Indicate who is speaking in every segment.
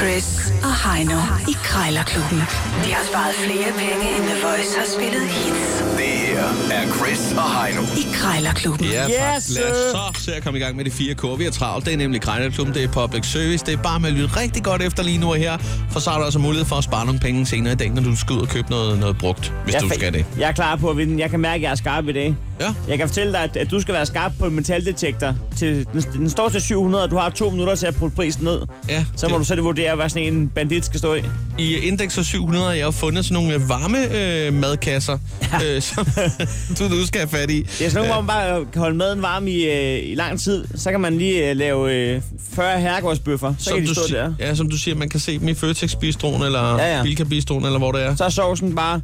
Speaker 1: Chris og Heino i Krejlerklubben. De har sparet flere penge, end The Voice har spillet hits
Speaker 2: Det her er Chris og Heino.
Speaker 1: i Krejlerklubben.
Speaker 3: Ja,
Speaker 4: Yes,
Speaker 3: yes, tak. Lad os så se at komme i gang med de fire kår. Vi er travlt. Det er nemlig Krejlerklubben, det er public service. Det er bare med at lytte rigtig godt efter lige nu og her. For så har du altså mulighed for at spare nogle penge senere i dag, når du skal ud og købe noget, noget brugt, hvis
Speaker 4: jeg
Speaker 3: du
Speaker 4: fa-
Speaker 3: skal det.
Speaker 4: Jeg er klar på at vinde. Jeg kan mærke, at jeg er skarp i dag.
Speaker 3: Ja.
Speaker 4: Jeg kan fortælle dig, at, at du skal være skarp på en metaldetektor. Til, den, den står til 700, og du har to minutter til at putte prisen ned.
Speaker 3: Ja,
Speaker 4: Så må
Speaker 3: det-
Speaker 4: du selv vurdere, hvad sådan en bandit skal stå i.
Speaker 3: I øh, Index og 700 har jeg jo fundet sådan nogle øh, varme øh, madkasser, ja. øh, som du nu skal have fat i.
Speaker 4: Det er sådan nogle,
Speaker 3: Øh,
Speaker 4: hvor man bare kan holde maden varm i, øh, i lang tid. Så kan man lige øh, lave øh, 40 herregårdsbøffer. Så kan de
Speaker 3: du,
Speaker 4: stå
Speaker 3: si-
Speaker 4: der.
Speaker 3: Ja, som du siger, man kan se dem i Føtex Bistron, eller
Speaker 4: Ja,
Speaker 3: ja,
Speaker 4: ja.
Speaker 3: ja. Bilka Bistron, eller hvor det er.
Speaker 4: Så er sovsen bare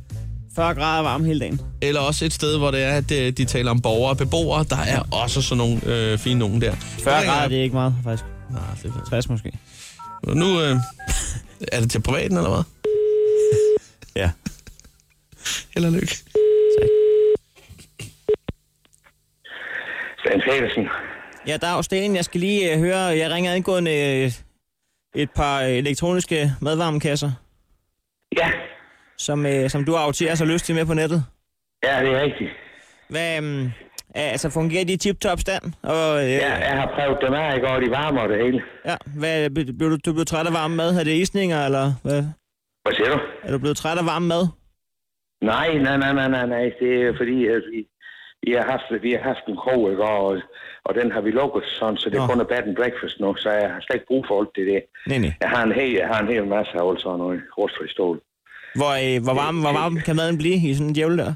Speaker 4: 40 grader varm hele dagen.
Speaker 3: Eller også et sted, hvor det er, at øh, de taler om borgere og beboere. Der er også sådan nogle øh, fine nogen der.
Speaker 4: 40 grader, det er ikke meget, faktisk.
Speaker 3: Nej, det er
Speaker 4: 60 måske.
Speaker 3: Og Nu øh, er det til privaten, eller hvad?
Speaker 4: Ja.
Speaker 3: Held og lykke.
Speaker 5: Dan Petersen.
Speaker 4: Ja, der er jo Sten. Jeg skal lige øh, høre, jeg ringer angående øh, et par øh, elektroniske madvarmekasser,
Speaker 5: Ja,
Speaker 4: som, øh, som du autier så lyst til med på nettet.
Speaker 5: ja, det er rigtigt.
Speaker 4: Hvad, øh, altså fungerer de i tip-top stand? Og, øh,
Speaker 5: Ja, jeg har prøvet dem af i går, de varmer og det hele.
Speaker 4: ja. Hvad, blev du, du blevet træt af varm mad? Er det isninger, eller hvad?
Speaker 5: Hvad siger du?
Speaker 4: Er du blevet træt af varm mad?
Speaker 5: Nej, nej, nej, nej, nej, nej. Det er fordi, at vi, vi, har haft, vi har haft en krog i går, og, og den har vi lukket sådan, så det
Speaker 4: Nå.
Speaker 5: er kun er bed and breakfast nu, så jeg har slet ikke brug for alt det der.
Speaker 4: Nej, nej.
Speaker 5: Jeg har en hel, jeg har en hel masse af alt sådan noget rustfri stål.
Speaker 4: Hvor, øh, hvor, varm, hvor varm kan maden blive i sådan en djævel der?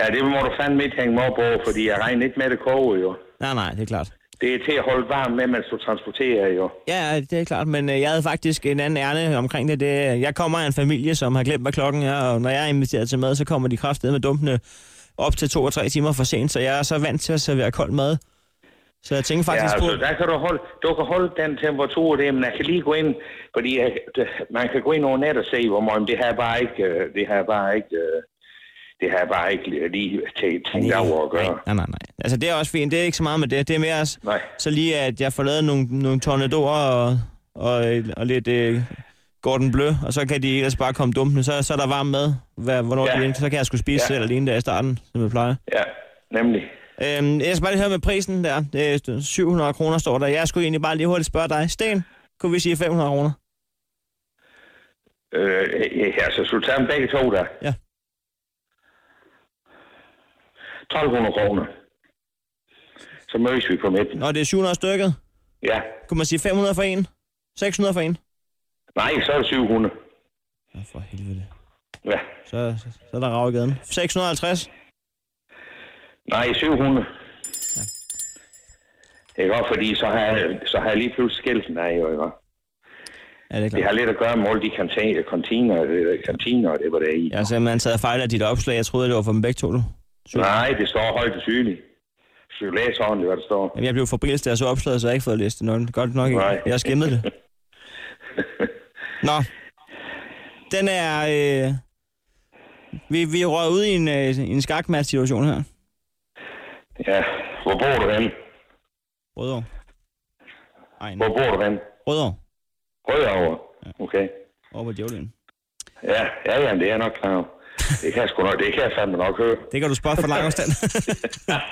Speaker 5: Ja, det må du fandme ikke hænge mig op over, fordi jeg regner ikke med det koge, jo.
Speaker 4: Nej, nej, det er klart.
Speaker 5: Det er til at holde varm med, mens du transporterer, jo.
Speaker 4: Ja, ja, det er klart, men øh, jeg havde faktisk en anden ærne omkring det. det øh, jeg kommer af en familie, som har glemt, hvad klokken er, og når jeg er inviteret til mad, så kommer de kraftede med dumpene op til to og tre timer for sent, så jeg er så vant til at servere kold mad. Så jeg tænkte
Speaker 5: Ja,
Speaker 4: faktisk
Speaker 5: altså,
Speaker 4: på...
Speaker 5: der kan du holde, du kan holde den temperatur der, men jeg kan lige gå ind, fordi jeg, d- man kan gå ind over net og se, hvor meget men det har jeg bare ikke, øh, det har jeg bare ikke, øh, det har jeg bare ikke lige- lige til- tænkt over at gøre.
Speaker 4: Nej, nej, nej. Altså, det er også fint. Det er ikke så meget med det. Det er mere også,
Speaker 5: Nej.
Speaker 4: så lige, at jeg får lavet nogle, nogle tornadoer og, og, øh, og lidt øh, Gordon Blø, og så kan de ellers bare komme dumpende. Så, så er der varm mad, hvad, hvornår ja.
Speaker 5: Ja.
Speaker 4: de er, så kan jeg skulle spise ja.
Speaker 5: Ja.
Speaker 4: selv alene der i starten, som jeg plejer.
Speaker 5: Ja, nemlig.
Speaker 4: Øhm, jeg skal bare lige høre med prisen der. Øh, 700 kroner står der. Jeg skulle egentlig bare lige hurtigt spørge dig. Sten, kunne vi sige 500 kroner?
Speaker 5: Øh, ja, altså, så tager dem begge to der.
Speaker 4: Ja.
Speaker 5: 1200 kroner. Så mødes vi på midten.
Speaker 4: Nå, det er 700 stykket.
Speaker 5: Ja.
Speaker 4: Kunne man sige 500 for en? 600 for en?
Speaker 5: Nej, så er det 700.
Speaker 4: Nå, for helvede.
Speaker 5: Ja.
Speaker 4: Så, så, så er der rav i gaden. 650?
Speaker 5: Nej, 700. Ja. Ikke også, fordi så har, jeg, så har jeg lige pludselig skilt den af, jo, ikke også?
Speaker 4: Ja, det er klart.
Speaker 5: Det har lidt at gøre med alle de kantiner, kantiner, og det- kantiner og det var der er i. Ja.
Speaker 4: Jeg har simpelthen taget fejl af dit opslag. Jeg troede, det var for dem begge to, du.
Speaker 5: Nej, det står højt og tydeligt. Så du læser ordentligt, hvad der står.
Speaker 4: Jamen, jeg blev forbrillet, da jeg så opslaget, så jeg har ikke fået læst det nok. Godt nok ikke.
Speaker 5: Nej.
Speaker 4: Jeg har skimmet det. Nå. Den er... Øh... Vi, vi rører ud i en, øh, en skakmat-situation her.
Speaker 5: Ja. Hvor bor du henne?
Speaker 4: Rødovre. Ej,
Speaker 5: Hvor
Speaker 4: nej.
Speaker 5: bor du henne?
Speaker 4: Rødovre.
Speaker 5: Rødovre. Okay.
Speaker 4: Over på djævlen.
Speaker 5: Ja, ja, ja, det er jeg nok klar over. Det kan jeg sgu nok, det kan jeg fandme nok høre.
Speaker 4: Det kan du spotte for lang afstand.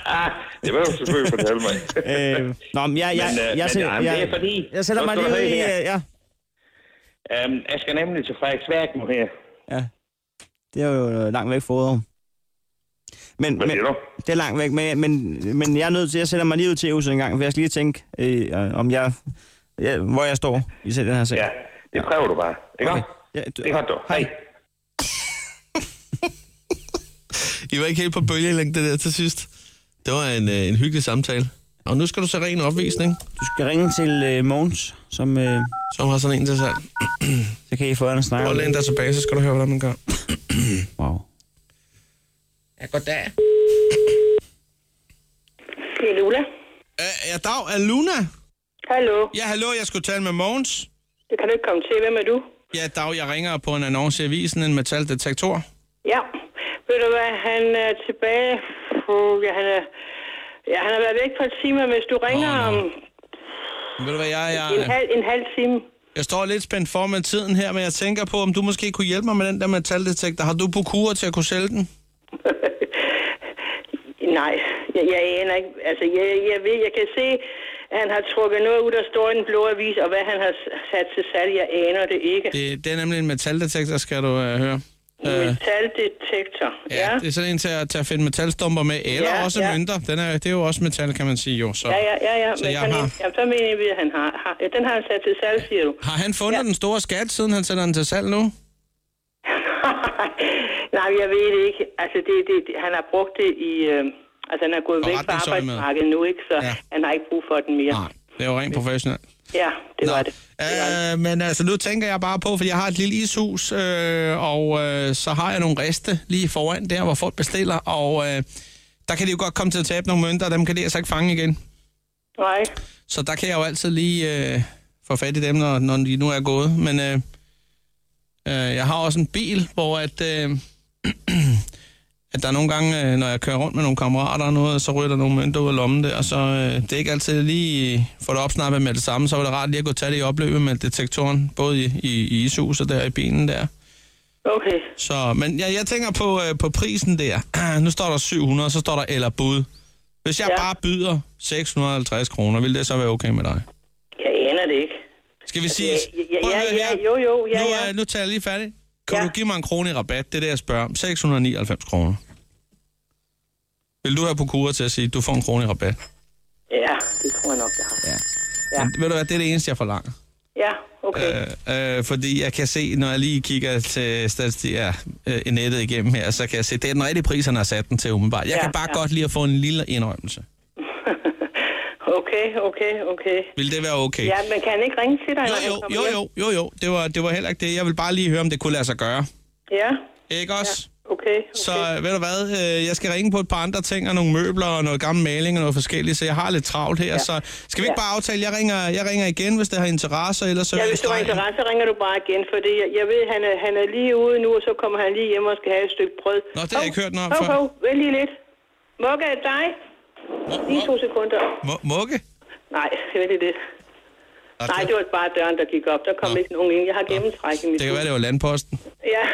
Speaker 5: Ah, det vil du selvfølgelig fortælle mig.
Speaker 4: øh, nå, men jeg, jeg,
Speaker 5: Men, øh,
Speaker 4: jeg,
Speaker 5: men,
Speaker 4: sæt-
Speaker 5: jamen, det er fordi-
Speaker 4: jeg sætter
Speaker 5: Så
Speaker 4: mig
Speaker 5: skal
Speaker 4: lige
Speaker 5: du
Speaker 4: ud i...
Speaker 5: have det her.
Speaker 4: øh, Ja,
Speaker 5: Øhm, jeg skal nemlig til Frederiksværk nu her.
Speaker 4: ja. Det er jo øh, langt væk fra Rødovre. Men,
Speaker 5: Hvad
Speaker 4: men,
Speaker 5: siger du?
Speaker 4: det er langt væk, men, men, men jeg er nødt til, jeg sætter mig lige ud til Aarhus en gang, for jeg skal lige tænke, øh, om jeg, ja, hvor jeg står i den her sag.
Speaker 5: Ja, det prøver du bare. Ikke okay.
Speaker 4: Ja, du,
Speaker 5: Det er godt, du. Hej.
Speaker 3: I var ikke helt på bølgelængde det der til sidst. Det var en, øh, en hyggelig samtale. Og nu skal du så ren opvisning,
Speaker 4: Du skal ringe til øh, Mogens, som, øh,
Speaker 3: som har sådan en til salg.
Speaker 4: så kan I få en snak.
Speaker 3: Prøv at læne dig tilbage, så skal du høre, hvordan man gør.
Speaker 4: Wow.
Speaker 3: Ja, goddag.
Speaker 6: Det er Lula.
Speaker 3: Øh, ja, dag. Er Luna?
Speaker 6: Hallo.
Speaker 3: Ja, hallo. Jeg skulle tale med Mogens.
Speaker 6: Det kan du ikke komme til. Hvem er du?
Speaker 3: Ja, dag. Jeg ringer på en annonce i avisen, en metaldetektor.
Speaker 6: Ja. Ved du hvad? Han er tilbage. Puh, ja, han er... Ja, han har været væk for et time, men hvis du ringer
Speaker 3: Nå,
Speaker 6: oh,
Speaker 3: nå.
Speaker 6: om
Speaker 3: Ved du hvad, jeg,
Speaker 6: en,
Speaker 3: jeg,
Speaker 6: halv, en halv time...
Speaker 3: Jeg står lidt spændt for med tiden her, men jeg tænker på, om du måske kunne hjælpe mig med den der metaldetektor. Har du på kur til at kunne sælge den?
Speaker 6: Nej, jeg, jeg aner ikke. Altså, jeg, jeg ved, jeg kan se, at han har trukket noget ud, der står i den blå avis, og hvad han har s- sat til salg, jeg aner det ikke. Det,
Speaker 3: Det, det er nemlig en metaldetektor, skal du øh, høre. Øh,
Speaker 6: Metaldetektor, ja.
Speaker 3: ja, det er sådan en til at, til at finde metalstumper med, eller
Speaker 6: Ja,
Speaker 3: også
Speaker 6: ja.
Speaker 3: mønter. Den er, det er jo også metal, kan man sige jo. Så.
Speaker 6: Ja, ja, ja, ja.
Speaker 3: Så
Speaker 6: Men
Speaker 3: jeg
Speaker 6: sådan
Speaker 3: har-
Speaker 6: en- Jamen, så mener vi, at han har, har... Ja, den har han sat til salg, siger du.
Speaker 3: Har han fundet ja.
Speaker 6: Ja.
Speaker 3: den store skat, siden han sender den til salg nu?
Speaker 6: Nej, jeg ved det ikke. Altså, det, det, det, han har brugt det i... Øh, altså, han er gået væk fra
Speaker 3: Forretningsøjemed.
Speaker 6: arbejdsmarkedet nu, ikke? Så
Speaker 3: Ja.
Speaker 6: ja. han har ikke brug for den mere.
Speaker 3: Nej, det er jo rent professionelt.
Speaker 6: Ja, det var det. det, var det.
Speaker 3: Øh, men altså, nu tænker jeg bare på, fordi jeg har et lille ishus, øh, og øh, så har jeg nogle reste lige foran der, hvor folk bestiller, og øh, der kan de jo godt komme til at tabe nogle mønter, og dem kan de altså ikke fange igen.
Speaker 6: Nej.
Speaker 3: Så der kan jeg jo altid lige øh, få fat i dem, når, når de nu er gået. Men øh, øh, jeg har også en bil, hvor at, øh, at der er nogle gange, øh, når jeg kører rundt med nogle kammerater og noget, så ryger der nogle mønter ud af lommen der, og så øh, det er ikke altid lige øh, få det opsnappet med det samme. Så var det rart lige at gå tage det i opløbet med detektoren, både i, i, i ishus og der i bilen der.
Speaker 6: Okay.
Speaker 3: Så, men jeg, jeg tænker på, øh, på prisen der. nu står der 700, så står der eller bud. Hvis jeg ja.
Speaker 6: Ja.
Speaker 3: bare byder 650 kroner, vil det så være okay med dig?
Speaker 6: Jeg aner det ikke.
Speaker 3: Skal vi
Speaker 6: Altså,
Speaker 3: sige...
Speaker 6: ja, ja,
Speaker 3: Prøv at
Speaker 6: ja,
Speaker 3: høre
Speaker 6: ja,
Speaker 3: her.
Speaker 6: jo, jo, ja,
Speaker 3: nu,
Speaker 6: ja.
Speaker 3: øh, Nu tager jeg lige færdig. Kan
Speaker 6: Ja.
Speaker 3: du give mig en krone i rabat? Det er det, jeg spørger om. 699 kroner. Vil du have på kura til at sige, at du får en krone i rabat?
Speaker 6: Ja, det tror jeg nok, jeg har. Ja. Ja.
Speaker 3: Men, ved du hvad, det er det eneste, jeg forlanger.
Speaker 6: Ja, okay. Øh.
Speaker 3: Øh, øh, fordi jeg kan se, når jeg lige kigger til statistik, ja, øh, nettet igennem her, så kan jeg se, det er den rigtige pris, han har sat den til umiddelbart. Jeg ja,
Speaker 6: Ja,
Speaker 3: kan bare ja.
Speaker 6: ja.
Speaker 3: godt lide at få en lille indrømmelse.
Speaker 6: okay, okay, okay.
Speaker 3: Vil det være okay?
Speaker 6: Ja, men altså, kan han ikke ringe til dig? når
Speaker 3: jo,
Speaker 6: han
Speaker 3: jo,
Speaker 6: kommer
Speaker 3: jo,
Speaker 6: hjem?
Speaker 3: jo, jo, jo. Det var, det var heller ikke det. Jeg vil bare lige høre, om det kunne lade sig gøre.
Speaker 6: Ja,
Speaker 3: Ikke også?
Speaker 6: okay. okay.
Speaker 3: Så øh, ved du hvad, øh, jeg skal ringe på et par andre ting, og nogle møbler, og noget gammel maling, og noget forskelligt, så jeg har lidt travlt her. Ja. Så skal vi ikke
Speaker 6: Ja.
Speaker 3: bare aftale, jeg ringer, jeg ringer igen, hvis det har interesse, eller så...
Speaker 6: Ja, hvis du har interesse, ringer du bare igen, for det, jeg, jeg ved, han er, han er lige ude nu, og så kommer han lige hjem og skal have et stykke brød.
Speaker 3: Nå, det har jeg ikke hørt noget om
Speaker 6: hov,
Speaker 3: før.
Speaker 6: Hov, vent lige lidt. Mokka, er det dig? Lige to sekunder.
Speaker 3: M- Mukke?
Speaker 6: Nej, vent lige lidt.
Speaker 3: Nå,
Speaker 6: Nej, det var bare døren, der gik op. Der kom
Speaker 3: Nå.
Speaker 6: ikke nogen ind. Jeg har gennemtræk i mit
Speaker 3: Det kan være,
Speaker 6: hus.
Speaker 3: det var landposten.
Speaker 6: Ja.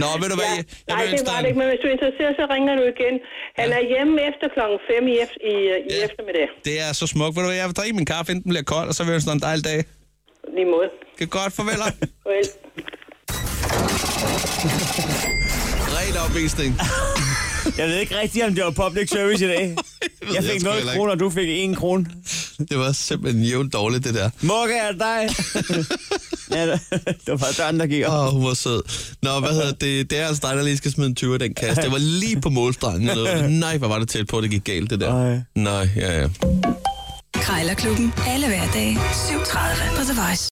Speaker 3: Nå, ved du hvad, jeg, jeg
Speaker 6: Nej,
Speaker 3: vil
Speaker 6: det
Speaker 3: ønske
Speaker 6: var
Speaker 3: dig
Speaker 6: det ikke,
Speaker 3: en-
Speaker 6: men hvis du er interesseret, så ringer du igen. Han er hjemme efter klokken 5 i, eft- i, øh, i
Speaker 3: Ja.
Speaker 6: eftermiddag.
Speaker 3: det er så smukt. Ved du hvad, jeg vil drikke min kaffe, inden den bliver kold, og så vil jeg ønske dig en dejlig dag.
Speaker 6: Lige måde.
Speaker 3: Det er godt, farvel.
Speaker 6: Well.
Speaker 3: Ren opvisning.
Speaker 4: Jeg ved ikke rigtigt, om det var public service i dag. Jeg fik 0 kroner, og du fik 1 krone.
Speaker 3: Det var simpelthen jævnt dårligt, det der.
Speaker 4: Mokka, er det dig? ja, det var bare døren, der gik op.
Speaker 3: Åh, oh, hun var sød. Nå, hvad hedder det? Det er altså dig, der lige skal smide en 20 i den kasse. Det var lige på målstregen. Eller- Nej, hvor var det tæt på, det gik galt, det der.
Speaker 4: Ej.
Speaker 3: Nej, ja, ja.
Speaker 1: Krejlerklubben. Alle hverdage. 7.30 på The Voice.